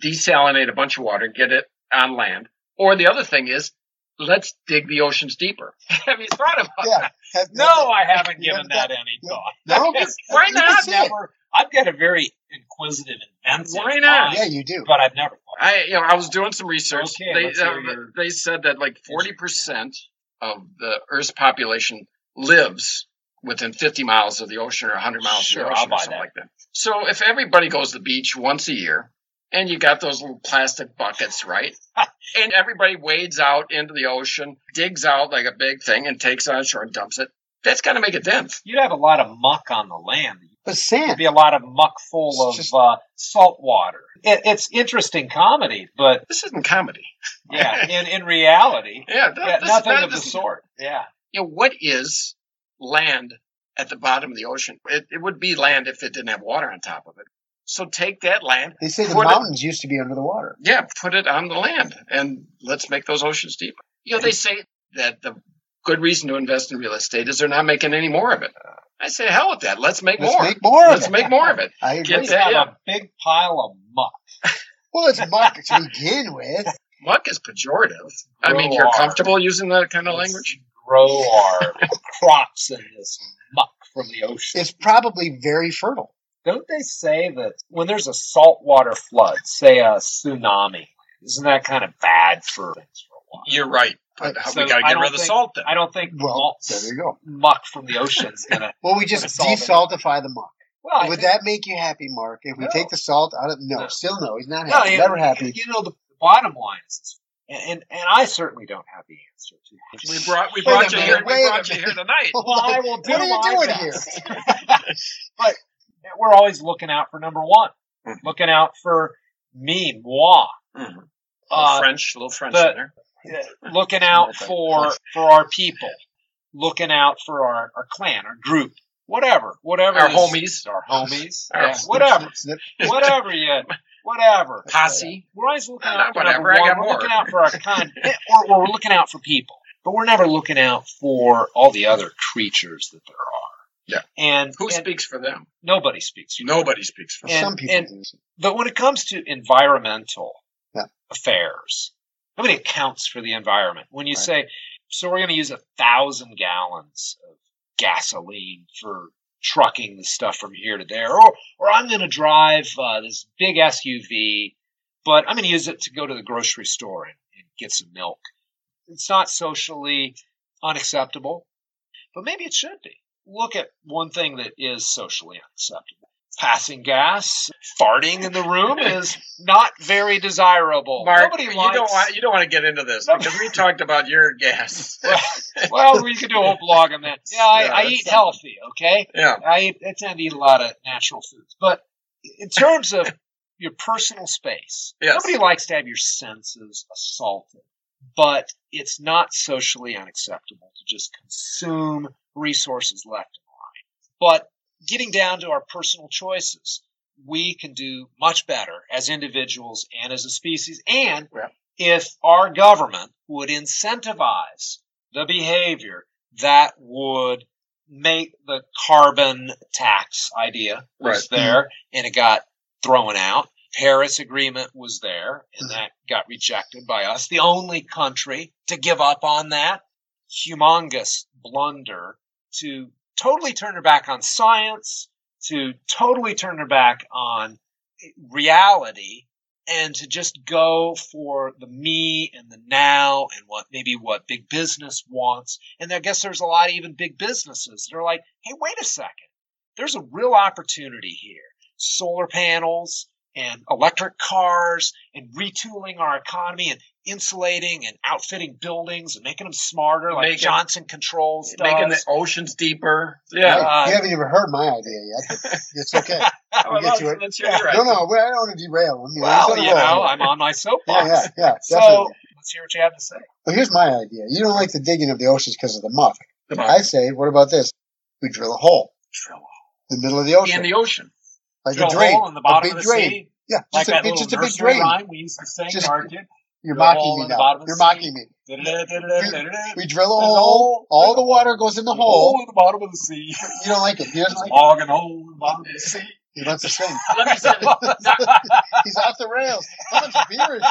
Speaker 4: desalinate a bunch of water and get it on land. Or the other thing is, let's dig the oceans deeper. (laughs) Have you thought about
Speaker 2: Yeah. Have-
Speaker 3: (laughs) No, I haven't
Speaker 2: You
Speaker 3: given
Speaker 2: haven't
Speaker 3: that any
Speaker 2: no,
Speaker 3: thought.
Speaker 2: No.
Speaker 3: Because
Speaker 4: Why
Speaker 2: You can
Speaker 4: not?
Speaker 2: see it.
Speaker 3: Never. I've got a very inquisitive, inventive.
Speaker 4: Why not?
Speaker 3: mind,
Speaker 2: Yeah, you do.
Speaker 3: But I've never thought.
Speaker 4: I you know I was doing some research.
Speaker 3: Okay,
Speaker 4: they
Speaker 3: let's hear
Speaker 4: uh,
Speaker 3: your-
Speaker 4: they said that like forty percent of the Earth's population lives within fifty miles of the ocean or hundred miles
Speaker 3: Sure,
Speaker 4: of the
Speaker 3: I'll
Speaker 4: ocean
Speaker 3: buy
Speaker 4: or something
Speaker 3: that.
Speaker 4: like that. So if everybody goes to the beach once a year and you got those little plastic buckets,
Speaker 3: (laughs)
Speaker 4: right? and everybody wades out into the ocean, digs out like a big thing and takes it on shore and dumps it. That's got to make a dent.
Speaker 3: You'd have a lot of muck on the land.
Speaker 2: But sand.
Speaker 3: There'd be a lot of muck full
Speaker 2: It's
Speaker 3: of
Speaker 2: just-
Speaker 3: uh, salt water. It, it's interesting comedy, but
Speaker 4: This isn't comedy.
Speaker 3: yeah, in, in reality,
Speaker 4: Yeah, that,
Speaker 3: yeah,
Speaker 4: this-
Speaker 3: nothing
Speaker 4: that
Speaker 3: of the
Speaker 4: doesn't-
Speaker 3: sort. Yeah.
Speaker 4: You know, what is land at the bottom of the ocean? It, it would be land if it didn't have water on top of it. So take that land.
Speaker 2: They say the
Speaker 4: What a-
Speaker 2: mountains used to be under the water.
Speaker 4: Yeah, put it on the land and let's make those oceans deeper. You know, they say that the good reason to invest in real estate is they're not making any more of it. I say, hell with that. Let's make
Speaker 2: Let's
Speaker 4: more.
Speaker 2: make more of
Speaker 4: let's
Speaker 2: it.
Speaker 4: make more of it.
Speaker 2: I
Speaker 4: Get
Speaker 2: agree.
Speaker 3: Just
Speaker 4: that,
Speaker 3: have
Speaker 4: yeah.
Speaker 3: a big pile of muck.
Speaker 2: Well, it's muck to begin with.
Speaker 4: Muck is pejorative. I mean,
Speaker 3: Grow
Speaker 4: you're
Speaker 3: our-
Speaker 4: comfortable using that kind of
Speaker 3: Let's
Speaker 4: language?
Speaker 3: Grow our crops in this muck from the ocean.
Speaker 2: It's probably very fertile.
Speaker 3: Don't they say that when there's a saltwater flood, say a tsunami, isn't that kind of bad for things for a while?
Speaker 4: You're right. But
Speaker 3: Right,
Speaker 4: how-
Speaker 3: so
Speaker 4: we got to
Speaker 3: I
Speaker 4: get
Speaker 3: don't
Speaker 4: rid of the
Speaker 3: think-
Speaker 4: salt then.
Speaker 3: I don't think
Speaker 2: Well,
Speaker 3: well,
Speaker 2: there you go.
Speaker 3: muck from the ocean's gonna.
Speaker 2: Well, we just
Speaker 3: Put a salt in it.
Speaker 2: desaltify the muck.
Speaker 3: Well, I
Speaker 2: Would
Speaker 3: think-
Speaker 2: that make you happy, Mark? If we
Speaker 3: No.
Speaker 2: take the salt out of no,
Speaker 3: No.
Speaker 2: still no. He's not
Speaker 3: no,
Speaker 2: happy.
Speaker 3: you-
Speaker 2: Never happy.
Speaker 3: You know, the bottom line is, and and I certainly don't have the answer to.
Speaker 4: We
Speaker 3: (laughs)
Speaker 4: brought we
Speaker 2: Wait a
Speaker 4: brought you
Speaker 2: minute,
Speaker 4: here. We
Speaker 2: wait a
Speaker 4: brought you
Speaker 2: minute.
Speaker 4: here tonight.
Speaker 3: (laughs) Well, I will
Speaker 2: (laughs)
Speaker 3: do
Speaker 2: What are you
Speaker 3: my
Speaker 2: doing
Speaker 3: best. (laughs) but we're always looking out for number one,
Speaker 4: Mhm.
Speaker 2: Mm-hmm.
Speaker 3: looking out for me, moi,
Speaker 4: Mhm.
Speaker 3: Uh,
Speaker 4: little French, little French
Speaker 3: the-
Speaker 4: in there.
Speaker 3: looking out
Speaker 4: Okay.
Speaker 3: for for our people, looking out for our, our clan, our group, whatever, whatever,
Speaker 4: Our
Speaker 3: is-
Speaker 4: homies.
Speaker 3: our homies,
Speaker 4: Our
Speaker 3: yeah, whatever,
Speaker 2: Snip,
Speaker 3: whatever you, whatever.
Speaker 4: Posse.
Speaker 3: We're always looking
Speaker 4: Not
Speaker 3: out for
Speaker 4: whatever,
Speaker 3: number
Speaker 4: I
Speaker 3: one.
Speaker 4: got
Speaker 3: We're
Speaker 4: more.
Speaker 3: looking out for our con, or, or we're looking out for people, but we're never looking out for all the other creatures that there are.
Speaker 4: Yeah.
Speaker 3: and
Speaker 4: Who
Speaker 3: and
Speaker 4: speaks for them?
Speaker 3: nobody speaks.
Speaker 4: Nobody speaks for them.
Speaker 3: And-
Speaker 2: Some people
Speaker 3: and-
Speaker 2: do.
Speaker 3: But when it comes to environmental
Speaker 2: Yeah.
Speaker 3: affairs, nobody accounts for the environment. When you
Speaker 2: Right.
Speaker 3: say, so we're going to use a thousand gallons of gasoline for trucking the stuff from here to there, or, or I'm going to drive uh, this big SUV, but I'm going to use it to go to the grocery store and, and get some milk. It's not socially unacceptable, but maybe it should be. Look at one thing that is socially unacceptable passing gas, farting in the
Speaker 4: (laughs)
Speaker 3: room is not very desirable.
Speaker 4: Mark,
Speaker 3: Nobody
Speaker 4: you
Speaker 3: likes.
Speaker 4: don't want you don't want to get into this
Speaker 3: No.
Speaker 4: because (laughs) we talked about your (laughs) gas.
Speaker 3: well, we could do a whole blog on that. Yeah, I,
Speaker 4: Yeah,
Speaker 3: I
Speaker 4: that's
Speaker 3: eat
Speaker 4: something.
Speaker 3: healthy. Okay,
Speaker 4: yeah,
Speaker 3: I, eat, I tend to eat a lot of natural foods, but in terms of your personal space,
Speaker 4: Yes.
Speaker 3: nobody likes to have your senses assaulted. But it's not socially unacceptable to just consume resources left and right. But getting down to our personal choices, we can do much better as individuals and as a species. And
Speaker 4: Yeah.
Speaker 3: if our government would incentivize the behavior that would make the carbon tax idea was
Speaker 2: Right.
Speaker 3: there and it got thrown out. Paris Agreement was there and that got rejected by us. The only country to give up on that humongous blunder to totally turn her back on science, to totally turn her back on reality, and to just go for the me and the now and what maybe what big business wants. And I guess there's a lot of even big businesses that are like, hey, wait a second. There's a real opportunity here. Solar panels and electric cars and retooling our economy and insulating and outfitting buildings and making them smarter like
Speaker 4: Making-
Speaker 3: Johnson Controls does.
Speaker 4: making the oceans deeper.
Speaker 3: Yeah.
Speaker 4: Yeah,
Speaker 2: Hey,
Speaker 3: uh,
Speaker 2: you haven't even heard my idea yet. but
Speaker 3: (laughs)
Speaker 2: It's okay.
Speaker 4: Well,
Speaker 2: get to
Speaker 4: that's-
Speaker 2: it.
Speaker 4: that's your- you're right.
Speaker 2: No, no, we- I don't want to derail him. You know, he's
Speaker 3: Well,
Speaker 2: on a
Speaker 3: you
Speaker 2: roll.
Speaker 3: know, I'm on my soapbox.
Speaker 2: yeah, yeah, yeah,
Speaker 3: so
Speaker 2: definitely.
Speaker 3: let's hear what you have to say.
Speaker 2: Well, here's my idea. You don't like the digging of the oceans because of the muck.
Speaker 4: Come on.
Speaker 2: I say, what about this? We drill a hole
Speaker 4: Drill
Speaker 2: in the middle of the ocean,
Speaker 4: in the ocean.
Speaker 2: like
Speaker 3: Drill
Speaker 2: a drain,
Speaker 3: hole in the bottom
Speaker 2: a
Speaker 3: of
Speaker 2: big
Speaker 3: the
Speaker 2: drain.
Speaker 3: sea,
Speaker 2: Yeah,
Speaker 3: like
Speaker 2: just a,
Speaker 3: that
Speaker 2: big-
Speaker 3: little
Speaker 2: just a big
Speaker 3: nursery
Speaker 2: drain.
Speaker 3: rhyme we used to sing
Speaker 2: Just-
Speaker 3: to our kids.
Speaker 2: You're
Speaker 3: drill a
Speaker 2: mocking
Speaker 3: hole
Speaker 2: me
Speaker 3: in the
Speaker 2: now.
Speaker 3: bottom of the
Speaker 2: You're
Speaker 3: sea.
Speaker 2: mocking me. We drill a
Speaker 3: There's a
Speaker 2: hole.
Speaker 3: hole.
Speaker 2: All
Speaker 3: There's
Speaker 2: the
Speaker 3: a
Speaker 2: water
Speaker 3: hole.
Speaker 2: goes in the
Speaker 3: There's a
Speaker 2: hole.
Speaker 3: hole in the bottom of the sea.
Speaker 2: You don't like it. He doesn't
Speaker 3: There's
Speaker 2: (laughs) like
Speaker 3: a
Speaker 2: it.
Speaker 3: log and hole in the bottom of the
Speaker 2: (laughs)
Speaker 3: sea.
Speaker 2: He
Speaker 3: (laughs)
Speaker 2: wants to swing.
Speaker 4: Let me say this.
Speaker 2: (laughs) He's off the rails. How much beer is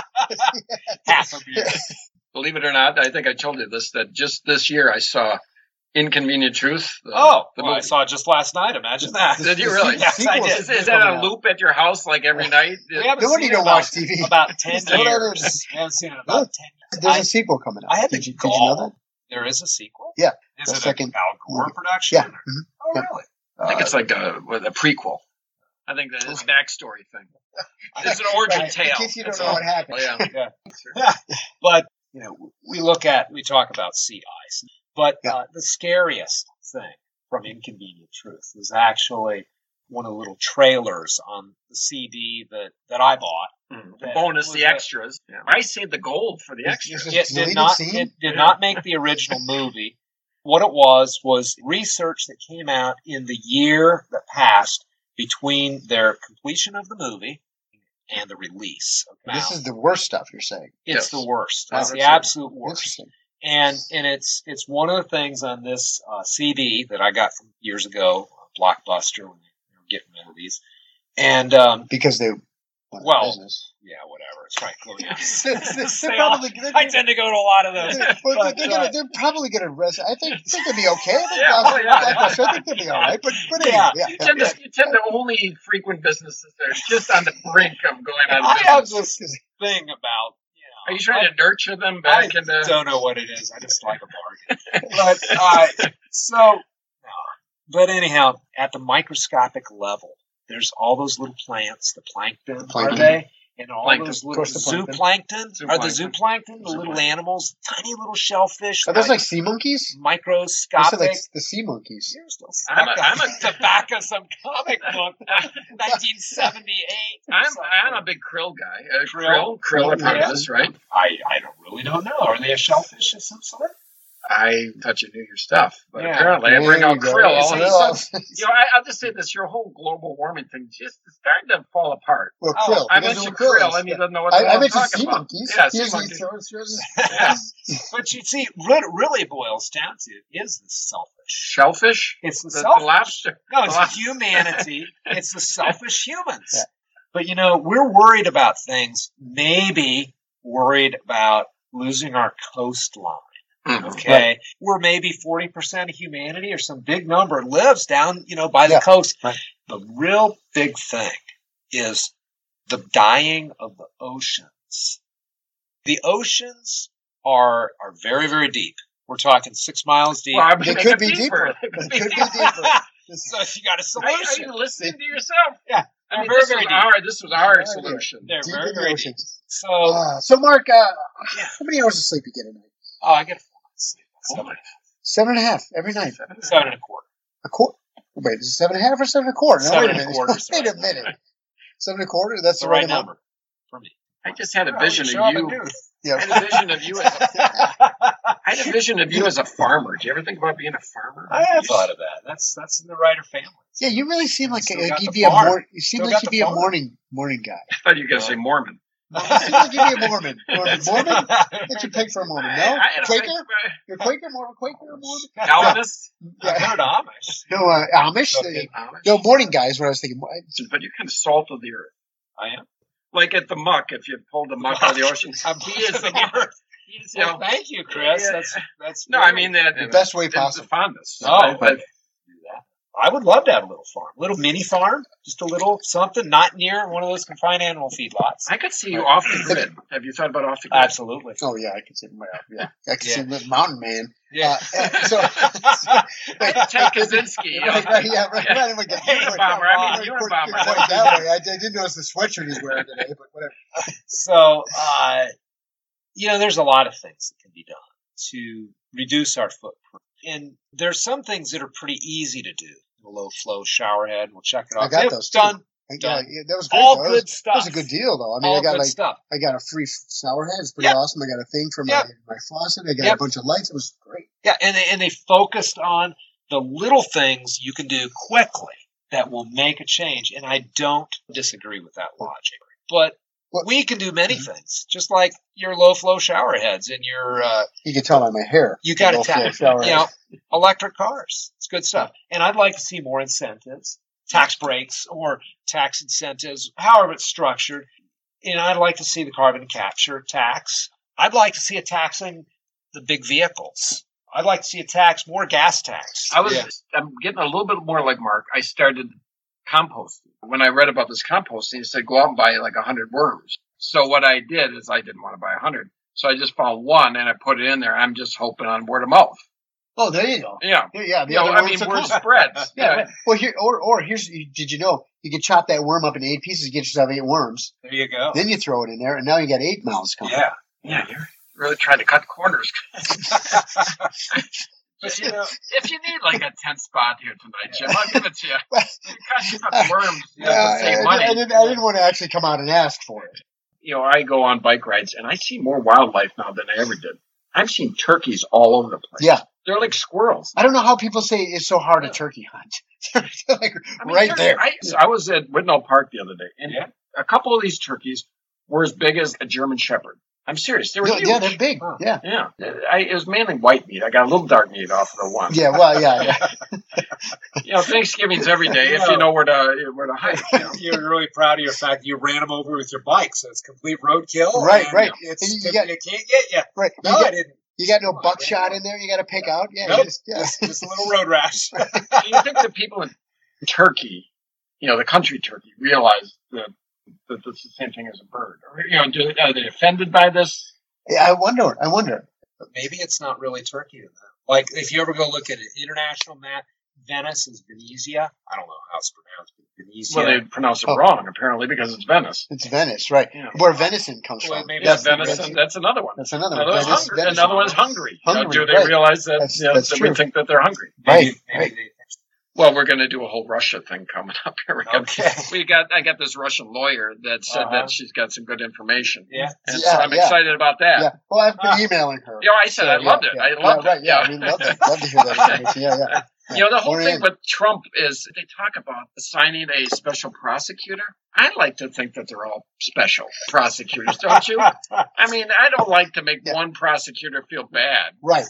Speaker 3: Half a
Speaker 2: (laughs)
Speaker 3: beer.
Speaker 4: Believe it or not, I think I told you this that just this year I saw Inconvenient Truth. the-
Speaker 3: Oh,
Speaker 4: the
Speaker 3: well, I
Speaker 4: movie.
Speaker 3: saw it just last night. Imagine that.
Speaker 4: Did you really?
Speaker 3: (laughs) Yes, I
Speaker 2: sequel's
Speaker 3: did.
Speaker 4: Is, is that
Speaker 2: coming
Speaker 4: on
Speaker 2: out.
Speaker 4: loop at your house like (laughs) every night?
Speaker 3: We haven't
Speaker 2: No wonder
Speaker 3: seen
Speaker 2: you
Speaker 3: it
Speaker 2: don't
Speaker 3: about,
Speaker 2: watch TV. (laughs)
Speaker 3: about 10
Speaker 2: No, no, no,
Speaker 3: years. We haven't seen it in about 10 years.
Speaker 2: There's
Speaker 3: I-
Speaker 2: a sequel coming out.
Speaker 3: I had
Speaker 2: did
Speaker 3: the
Speaker 2: you, did you know
Speaker 3: gall.
Speaker 2: that?
Speaker 3: There is a sequel.
Speaker 2: Yeah,
Speaker 3: is
Speaker 2: the
Speaker 3: it
Speaker 2: second
Speaker 3: a Al Gore
Speaker 2: movie.
Speaker 3: production?
Speaker 2: Yeah.
Speaker 3: or-
Speaker 2: mhm.
Speaker 3: Oh,
Speaker 2: yeah.
Speaker 3: really?
Speaker 4: I think it's like a, with a prequel. I think that is backstory thing. It's an origin
Speaker 2: Right.
Speaker 4: tale.
Speaker 2: In case you don't
Speaker 4: It's
Speaker 2: know
Speaker 4: all-
Speaker 2: what happened.
Speaker 4: Oh, (laughs) yeah.
Speaker 3: but you know, we look at we talk about sea ice, but
Speaker 2: Yeah. Mm-hmm.
Speaker 3: uh, the scariest thing from Inconvenient Truth. It was actually one of the little trailers on the CD that, that I bought.
Speaker 4: Mm, The
Speaker 3: That
Speaker 4: bonus,
Speaker 3: was
Speaker 4: the
Speaker 3: a-
Speaker 4: extras. I saved the gold for the
Speaker 2: Is-
Speaker 4: extras.
Speaker 2: is
Speaker 3: It
Speaker 2: Deleted
Speaker 3: did not.
Speaker 2: scene?
Speaker 3: It did not make the original movie. What it was was research that came out in the year that passed between their completion of the movie and the release. Of Bound.
Speaker 2: This is the worst stuff you're saying.
Speaker 3: it's the
Speaker 4: Yes.
Speaker 3: worst.
Speaker 2: Wow,
Speaker 3: It's the
Speaker 4: that's it.
Speaker 3: absolute worst
Speaker 2: Interesting.
Speaker 3: and and it's it's one of the things on this uh, CD that I got from years ago, Blockbuster, when they were getting rid of these. And um,
Speaker 2: Because they went out of
Speaker 3: Well,
Speaker 4: (laughs)
Speaker 2: business. (laughs)
Speaker 3: yeah, whatever, it's right. Chloe.
Speaker 2: They're
Speaker 3: (laughs) They all-
Speaker 2: probably-
Speaker 4: "Oh,
Speaker 2: they're-
Speaker 3: I tend to go to a lot of (laughs) those.
Speaker 2: They're, well,
Speaker 3: But,
Speaker 2: they're, gonna,
Speaker 3: uh,
Speaker 2: they're probably going to rest. I think, I think they'll be okay. I think,
Speaker 4: Yeah,
Speaker 2: I'll-
Speaker 4: oh, (laughs)
Speaker 2: (laughs)
Speaker 4: yeah,
Speaker 2: I'll-
Speaker 4: yeah.
Speaker 2: so I think they'll be all right. But, but anyway,
Speaker 3: Yeah.
Speaker 2: yeah.
Speaker 4: You tend, to, you tend to only frequent businesses that are just on the brink of going out of
Speaker 3: I have
Speaker 4: business.
Speaker 3: this thing about. You know,
Speaker 4: Are you trying to nurture them
Speaker 3: I,
Speaker 4: back into?
Speaker 3: I don't know what it is. I just like a
Speaker 4: (laughs)
Speaker 3: bargain. but uh, so, no. but anyhow, at the microscopic level, there's all those little plants, the plankton,
Speaker 2: plankton.
Speaker 3: are they? And all
Speaker 4: Plankton.
Speaker 3: those
Speaker 4: Of
Speaker 3: little
Speaker 2: course the plankton.
Speaker 3: zooplankton. Are the
Speaker 4: Zooplankton.
Speaker 3: zooplankton the little
Speaker 4: Zooplankton.
Speaker 3: animals, tiny little shellfish?
Speaker 2: Are those like
Speaker 3: like
Speaker 2: sea monkeys? Those are
Speaker 3: microscopic.
Speaker 2: like the sea monkeys.
Speaker 3: You're still
Speaker 4: I'm a-
Speaker 3: stuck on (laughs)
Speaker 4: I'm
Speaker 3: the
Speaker 4: a-
Speaker 3: back of some comic
Speaker 4: (laughs)
Speaker 3: book, 1978. or
Speaker 4: I'm
Speaker 3: something.
Speaker 4: I'm a big krill guy. Uh,
Speaker 3: Krill? Oh,
Speaker 4: krill, krill are part
Speaker 2: Yeah.
Speaker 4: of this, right?
Speaker 3: I I don't really don't know. Are they a shellfish of some sort?
Speaker 4: I thought you knew your stuff, but
Speaker 3: Yeah.
Speaker 4: apparently I
Speaker 2: There
Speaker 4: bring
Speaker 2: you
Speaker 4: out
Speaker 2: go.
Speaker 4: krill.
Speaker 2: It's
Speaker 4: all
Speaker 2: a
Speaker 4: of a
Speaker 2: little-
Speaker 4: sudden. You know, I, I'll just say this: your whole global warming thing just is starting to fall apart.
Speaker 2: Well,
Speaker 3: Oh,
Speaker 2: krill. He
Speaker 4: I
Speaker 2: doesn't
Speaker 4: mentioned
Speaker 2: know what
Speaker 4: krill,
Speaker 2: is.
Speaker 4: and he doesn't know what the
Speaker 2: I,
Speaker 4: hell
Speaker 2: I
Speaker 4: I'm
Speaker 2: mentioned
Speaker 4: talking
Speaker 2: sea
Speaker 4: about.
Speaker 2: monkeys.
Speaker 4: Yeah,
Speaker 2: He
Speaker 4: sea
Speaker 2: doesn't
Speaker 4: monkeys.
Speaker 2: throw his- throws his-
Speaker 3: Yeah. (laughs) but you see, what it really boils down to is the selfish.
Speaker 4: Shellfish,
Speaker 3: It's the,
Speaker 4: the, the
Speaker 3: selfish.
Speaker 4: lobster.
Speaker 3: no, it's the
Speaker 4: the
Speaker 3: (laughs)
Speaker 4: lobster.
Speaker 3: humanity. it's the selfish humans.
Speaker 2: Yeah.
Speaker 3: But you know, we're worried about things. Maybe worried about losing our coastline.
Speaker 4: Hmm.
Speaker 3: Okay, where maybe forty percent of humanity or some big number lives down, you know, by the
Speaker 2: Yeah,
Speaker 3: coast.
Speaker 2: right.
Speaker 3: The real big thing is the dying of the oceans. The oceans are are very very deep. We're talking six miles deep.
Speaker 4: Well,
Speaker 3: (laughs)
Speaker 4: I mean,
Speaker 2: They
Speaker 4: they
Speaker 2: could
Speaker 4: could
Speaker 2: be deeper.
Speaker 4: They
Speaker 2: It
Speaker 4: (laughs) could be
Speaker 2: could be
Speaker 4: deeper.
Speaker 2: different.
Speaker 4: (laughs)
Speaker 3: so if you got a
Speaker 4: Are, are
Speaker 3: solution,
Speaker 4: you listening to yourself?
Speaker 3: Yeah.
Speaker 4: I mean,
Speaker 3: Very,
Speaker 4: this
Speaker 3: very
Speaker 4: was
Speaker 3: deep.
Speaker 4: our this was our
Speaker 2: Very deep.
Speaker 4: solution.
Speaker 3: they're
Speaker 2: Deep
Speaker 3: very
Speaker 2: in the
Speaker 3: very deep.
Speaker 2: oceans.
Speaker 3: So
Speaker 2: Uh, so, Mark, uh,
Speaker 3: Yeah.
Speaker 2: how many hours of sleep you get a night?
Speaker 3: oh, I get four months sleep.
Speaker 4: Oh
Speaker 3: Seven,
Speaker 4: my
Speaker 2: Seven and a half every night.
Speaker 3: seven and a quarter.
Speaker 2: A quarter. Wait, is it seven and a half or seven and a quarter?
Speaker 3: Seven
Speaker 2: wait
Speaker 3: and a
Speaker 2: minute.
Speaker 3: quarter's
Speaker 2: (laughs)
Speaker 3: the
Speaker 2: wait
Speaker 3: right
Speaker 2: a minute. Seven and a quarter. That's
Speaker 3: It's the right
Speaker 2: amount.
Speaker 3: number for me.
Speaker 4: I just had a
Speaker 3: Oh,
Speaker 4: vision
Speaker 3: show up at
Speaker 4: of you.
Speaker 3: noon.
Speaker 2: Yeah.
Speaker 4: I had a vision (laughs) of
Speaker 3: (laughs)
Speaker 4: you as a I had a vision of you as a farmer. Do you ever think about being a farmer?
Speaker 3: I have thought of that. That's that's in the writer family.
Speaker 2: Yeah, you really seem like,
Speaker 3: Still
Speaker 2: a, like
Speaker 3: got the
Speaker 2: you'd be a
Speaker 3: farm.
Speaker 2: mor- you seem
Speaker 3: Still
Speaker 2: like
Speaker 3: got
Speaker 2: you'd
Speaker 3: the
Speaker 2: be a
Speaker 3: farm.
Speaker 2: morning morning
Speaker 3: (laughs)
Speaker 2: guy.
Speaker 4: I (laughs) thought you were going to say Mormon.
Speaker 2: You seem like you'd be a Mormon. Mormon.
Speaker 3: (laughs)
Speaker 2: Mormon? That's your pick for a Mormon. No,
Speaker 4: I had a
Speaker 2: Quaker.
Speaker 4: big-
Speaker 2: You're Quaker. More of a Quaker. or
Speaker 3: (laughs)
Speaker 2: Mormon.
Speaker 4: (laughs) Calvinist.
Speaker 3: I
Speaker 2: Yeah.
Speaker 3: heard Amish.
Speaker 2: No, uh, Amish.
Speaker 3: Okay.
Speaker 4: Amish.
Speaker 2: No, morning guy is what I was thinking.
Speaker 4: But you're kind of salt of the earth.
Speaker 3: I am.
Speaker 4: Like at the muck, if you pulled the muck out of the ocean.
Speaker 3: I'm (laughs)
Speaker 4: He (laughs) is the
Speaker 3: Well,
Speaker 4: Lord. He is, you know,
Speaker 3: thank you, Chris.
Speaker 4: Yeah.
Speaker 3: That's that's
Speaker 4: no, I
Speaker 3: very-
Speaker 4: mean that
Speaker 2: The best way
Speaker 4: it's the
Speaker 2: possible.
Speaker 4: fondness.
Speaker 3: Oh,
Speaker 4: but
Speaker 3: do that. I would love to have a little farm, little mini farm, just a little something, not near one of those confined animal feedlots.
Speaker 4: I could see you off the grid. Have you thought about off the grid?
Speaker 3: Absolutely.
Speaker 2: Oh yeah, I can see. Well, yeah, I can
Speaker 3: Yeah.
Speaker 2: see the mountain man.
Speaker 3: (laughs)
Speaker 4: (laughs)
Speaker 3: Yeah.
Speaker 2: Uh, so,
Speaker 4: Ted Kaczynski. you know.
Speaker 2: right, right, yeah, right.
Speaker 4: Yeah.
Speaker 2: right. I'm like, oh,
Speaker 4: Hey, bomber. I mean, you're a bomber.
Speaker 2: Quite that way. I, I didn't notice the sweatshirt he's wearing today, but whatever.
Speaker 3: so uh, you know there's a lot of things that can be done to reduce our footprint and there's some things that are pretty easy to do the low flow shower head we'll check it
Speaker 2: I
Speaker 3: off
Speaker 2: got
Speaker 3: Yep,
Speaker 2: those, too.
Speaker 3: done
Speaker 2: Yeah, yeah, that was great.
Speaker 3: all
Speaker 2: though.
Speaker 3: good
Speaker 2: that
Speaker 3: stuff
Speaker 2: was, that was a good deal, though. I mean,
Speaker 3: all
Speaker 2: I got
Speaker 3: good
Speaker 2: like
Speaker 3: stuff
Speaker 2: I got a free f- shower head. It's pretty
Speaker 3: Yep.
Speaker 2: awesome. I got a thing for my,
Speaker 3: Yep.
Speaker 2: my faucet. I got
Speaker 3: Yep.
Speaker 2: a bunch of lights. It was great.
Speaker 3: yeah and they, and they focused on the little things you can do quickly that will make a change and i don't disagree with that logic but
Speaker 2: Well- Mm-hmm.
Speaker 3: we can do many things just like your low flow shower heads and your uh,
Speaker 2: You can tell by my hair.
Speaker 3: You gotta
Speaker 2: Little
Speaker 3: tap-
Speaker 2: flow shower
Speaker 3: you
Speaker 2: head.
Speaker 3: know, electric cars. It's good stuff. And I'd like to see more incentives, tax breaks or tax incentives, however it's structured. And I'd like to see the carbon capture tax. I'd like to see a tax on the big vehicles. I'd like to see a tax, more gas tax.
Speaker 4: I was.
Speaker 3: Yeah.
Speaker 4: I'm getting a little bit more like Mark. I started composting when I read about this composting. It said go out and buy like a hundred worms. So what I did is I didn't want to buy a hundred, so I just found one and I put it in there. I'm just hoping on word of mouth.
Speaker 2: Oh, there you go.
Speaker 4: Yeah,
Speaker 2: Yeah, yeah. The
Speaker 4: you know,
Speaker 2: other
Speaker 4: I
Speaker 2: worms
Speaker 4: mean
Speaker 2: are
Speaker 4: word
Speaker 2: cool.
Speaker 4: spreads.
Speaker 2: (laughs) Yeah.
Speaker 4: Yeah,
Speaker 2: Well, here or or here's. Did you know you could chop that worm up into eight pieces, get yourself eight worms,
Speaker 3: There you go.
Speaker 2: then you throw it in there, and now you got eight mouths coming.
Speaker 3: Yeah.
Speaker 2: (laughs)
Speaker 4: yeah. You're really trying to cut corners. (laughs) But
Speaker 3: (laughs)
Speaker 4: you know, if you need like a 10 spot here tonight, Jim, I'll give it to you.
Speaker 2: Well,
Speaker 4: You got you got worms. You
Speaker 2: Uh,
Speaker 4: have to
Speaker 2: I-
Speaker 4: save
Speaker 2: I-
Speaker 4: money.
Speaker 2: I, didn't, I didn't want to actually come out and ask for it.
Speaker 4: you know, I go on bike rides and I see more wildlife now than I ever did. I've seen turkeys all over the place.
Speaker 2: Yeah.
Speaker 4: They're like squirrels.
Speaker 2: I don't know how people say it's so hard to turkey hunt. (laughs) They're like,
Speaker 4: I mean,
Speaker 2: right
Speaker 4: turkey-
Speaker 2: there.
Speaker 4: I, so I was at Whitnall Park the other day and
Speaker 3: Yeah.
Speaker 4: a couple of these turkeys were as big as a German Shepherd. I'm serious. They were
Speaker 2: Yeah,
Speaker 4: huge.
Speaker 2: yeah, they're big.
Speaker 3: Huh.
Speaker 2: Yeah.
Speaker 4: Yeah. I, it was mainly white meat. I got a little dark meat off of the one.
Speaker 2: Yeah, well, yeah,
Speaker 4: (laughs)
Speaker 2: yeah.
Speaker 4: You know, Thanksgiving's every day if you know where to where to hide. You know?
Speaker 3: You're really proud of your fact that you ran them over with your bike, so it's complete roadkill.
Speaker 2: Right,
Speaker 3: and
Speaker 2: right.
Speaker 3: It's,
Speaker 2: You got-
Speaker 3: it can't get you.
Speaker 2: Right. You
Speaker 3: No, I
Speaker 4: Oh.
Speaker 2: got,
Speaker 3: (laughs) didn't.
Speaker 2: you got no
Speaker 3: Come on,
Speaker 2: buckshot
Speaker 3: man.
Speaker 2: in there you got to pick out? Yeah,
Speaker 3: Nope.
Speaker 2: just, yeah. (laughs)
Speaker 3: Just, just a little road rash.
Speaker 4: Do you think the people in Turkey, you know, the country Turkey, realize that that it's the same thing as a bird? Or, you know, do, are they offended by this?
Speaker 2: Yeah, I wonder. I wonder.
Speaker 3: but maybe it's not really Turkey to them. Like if you ever go look at an international map, Venice is Venezia. I don't know how it's pronounced, but Venezia.
Speaker 4: Well, they pronounce it
Speaker 2: Oh.
Speaker 4: wrong apparently because it's Venice.
Speaker 2: It's Venice, right?
Speaker 4: Yeah.
Speaker 2: Where venison comes
Speaker 3: Well,
Speaker 2: from.
Speaker 3: maybe
Speaker 4: Yeah,
Speaker 3: That's-
Speaker 4: Venice.
Speaker 3: that's-
Speaker 4: That's, another one.
Speaker 2: That's another one.
Speaker 4: Another,
Speaker 2: Venice,
Speaker 4: one's Oh, hungry,
Speaker 2: venison.
Speaker 4: another one's hungry. You know,
Speaker 2: Hungry,
Speaker 4: do they
Speaker 2: right.
Speaker 4: realize that,
Speaker 2: That's-
Speaker 4: you know,
Speaker 2: that's
Speaker 4: that
Speaker 2: true.
Speaker 4: we think that they're hungry?
Speaker 3: maybe,
Speaker 2: Right,
Speaker 3: maybe
Speaker 2: right.
Speaker 4: Well, we're going to do a whole Russia thing coming up here. We
Speaker 3: They,
Speaker 4: got,
Speaker 3: okay.
Speaker 4: (laughs) we got I got this Russian lawyer that said
Speaker 3: Uh-huh.
Speaker 4: that she's got some good information,
Speaker 3: Yeah. (laughs)
Speaker 4: and so
Speaker 2: Yeah,
Speaker 4: I'm
Speaker 2: yeah.
Speaker 4: excited about that.
Speaker 2: Yeah. Well, I've been
Speaker 3: Ah.
Speaker 2: emailing her.
Speaker 4: You know, I said I
Speaker 2: So, yeah,
Speaker 4: loved
Speaker 2: yeah.
Speaker 4: it. I loved
Speaker 2: yeah, Right,
Speaker 4: it.
Speaker 2: yeah, I mean, love to, love to hear that
Speaker 4: (laughs)
Speaker 2: information. Yeah, yeah.
Speaker 4: You know, the whole
Speaker 2: We're
Speaker 4: thing
Speaker 2: in.
Speaker 4: with Trump is they talk about assigning a special prosecutor. I like to think that they're all special prosecutors, don't
Speaker 3: (laughs)
Speaker 4: you? I mean, I don't like to make
Speaker 2: Yeah.
Speaker 4: one prosecutor feel bad.
Speaker 2: Right.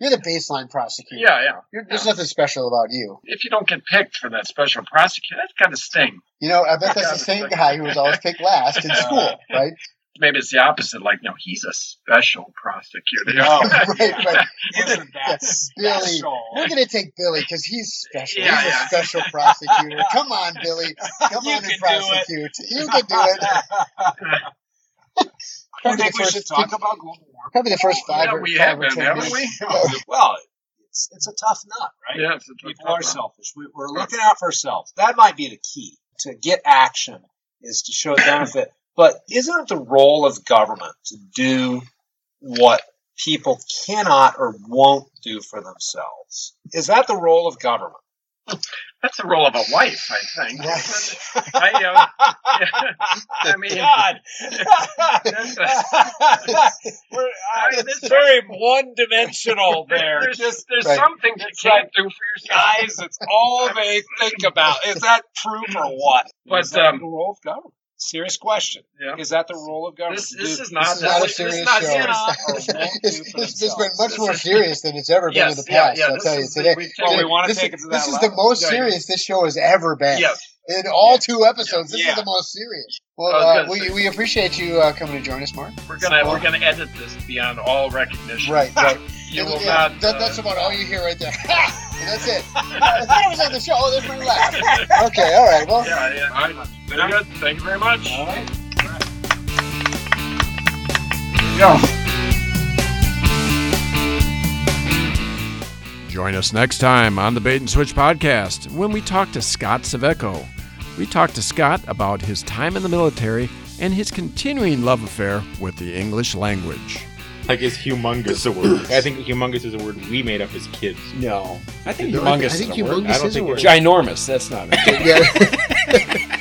Speaker 2: You're the baseline prosecutor.
Speaker 4: Yeah, yeah.
Speaker 2: You're, there's nothing special about you.
Speaker 4: If you don't get picked for that special prosecutor, that's kind of sting.
Speaker 2: You know, I bet that's the same guy who was
Speaker 4: (laughs)
Speaker 2: always picked last in school, right?
Speaker 4: Maybe it's the opposite. Like, no, he's a special prosecutor. (laughs)
Speaker 3: No.
Speaker 2: (laughs) Right, right.
Speaker 3: Give them that
Speaker 2: Billy,
Speaker 3: special.
Speaker 2: We're gonna take Billy because he's special.
Speaker 4: Yeah,
Speaker 2: he's
Speaker 4: yeah.
Speaker 2: a special prosecutor. Come on,
Speaker 4: (laughs)
Speaker 2: Billy. Come
Speaker 3: You
Speaker 2: on
Speaker 3: can do
Speaker 2: and
Speaker 3: it.
Speaker 2: prosecute. You can do it.
Speaker 3: (laughs) I
Speaker 2: Probably
Speaker 3: think
Speaker 2: the
Speaker 3: we
Speaker 2: first-
Speaker 3: should talk about global warming.
Speaker 2: Probably the first five
Speaker 4: Yeah,
Speaker 2: or
Speaker 4: we
Speaker 2: five
Speaker 4: have
Speaker 2: or
Speaker 4: been,
Speaker 2: ten
Speaker 4: haven't
Speaker 2: minutes. Oh,
Speaker 4: we?
Speaker 2: (laughs)
Speaker 3: well, it's it's a tough nut, right?
Speaker 4: Yeah, it's a tough
Speaker 3: People are
Speaker 4: one.
Speaker 3: selfish. We, we're looking out for ourselves. That might be the key to get action is to show benefit. But isn't it the role of government to do what people cannot or won't do for themselves? Is that the role of government?
Speaker 4: That's the role of a wife, I think. (laughs)
Speaker 2: Right.
Speaker 4: I, you know, (laughs) I mean, (laughs)
Speaker 3: God.
Speaker 4: that's a-
Speaker 3: (laughs) We're, uh,
Speaker 4: I
Speaker 3: I,
Speaker 4: mean, this-
Speaker 3: very one-dimensional there.
Speaker 4: (laughs) there's
Speaker 3: Just
Speaker 4: there's
Speaker 2: right.
Speaker 4: some things you
Speaker 3: It's
Speaker 4: can't do for yourself.
Speaker 3: guys, it's all they think about. Is that true or what?
Speaker 4: But,
Speaker 3: is that
Speaker 4: um,
Speaker 3: the role of government? Serious question.
Speaker 4: Yeah.
Speaker 3: Is that the role of government?
Speaker 4: This, this
Speaker 3: Do-
Speaker 4: is not,
Speaker 2: is not a
Speaker 4: this,
Speaker 2: serious
Speaker 4: is not
Speaker 2: show.
Speaker 3: Or
Speaker 4: serious.
Speaker 3: Oh, won't do
Speaker 2: It's, (laughs)
Speaker 3: for
Speaker 2: it's, it's been
Speaker 3: themselves.
Speaker 2: much more serious than it's ever been in the past. I'll
Speaker 4: this
Speaker 2: tell you
Speaker 4: is the-
Speaker 2: today.
Speaker 4: we've
Speaker 3: Well,
Speaker 4: taken-
Speaker 3: we want to
Speaker 2: this
Speaker 3: take it
Speaker 2: is,
Speaker 3: to that
Speaker 2: this is
Speaker 3: level.
Speaker 2: the most
Speaker 4: Yeah, yeah.
Speaker 2: serious this show has ever been.
Speaker 4: yes.
Speaker 2: In all two episodes, this
Speaker 3: Yeah.
Speaker 2: is the most serious.
Speaker 4: I was
Speaker 2: Well, uh,
Speaker 4: gonna
Speaker 2: we,
Speaker 4: say-
Speaker 2: we appreciate you uh, coming to join us, Mark.
Speaker 4: We're gonna we're gonna edit this beyond all recognition.
Speaker 2: Right, right.
Speaker 4: You will
Speaker 2: Yeah,
Speaker 4: not.
Speaker 2: that-
Speaker 4: uh,
Speaker 2: that's about all you hear right there. And that's it. I was on the show. Oh, there's my laugh. Okay, all right. Well,
Speaker 4: yeah, yeah. All right. Very good. Thank you very much.
Speaker 3: All right.
Speaker 1: Join us next time on the Bait and Switch podcast when we talk to Scott Saveco. We talk to Scott about his time in the military and his continuing love affair with the English language.
Speaker 5: Like, is humongous a (clears throat) word? I think humongous is a word we made up as kids.
Speaker 6: No.
Speaker 5: I think
Speaker 6: No, I
Speaker 5: humongous
Speaker 6: thi- I think
Speaker 5: is a word.
Speaker 6: humongous
Speaker 5: I don't
Speaker 6: is a
Speaker 5: think
Speaker 6: word.
Speaker 5: it's
Speaker 6: Ginormous. That's not. A Yeah.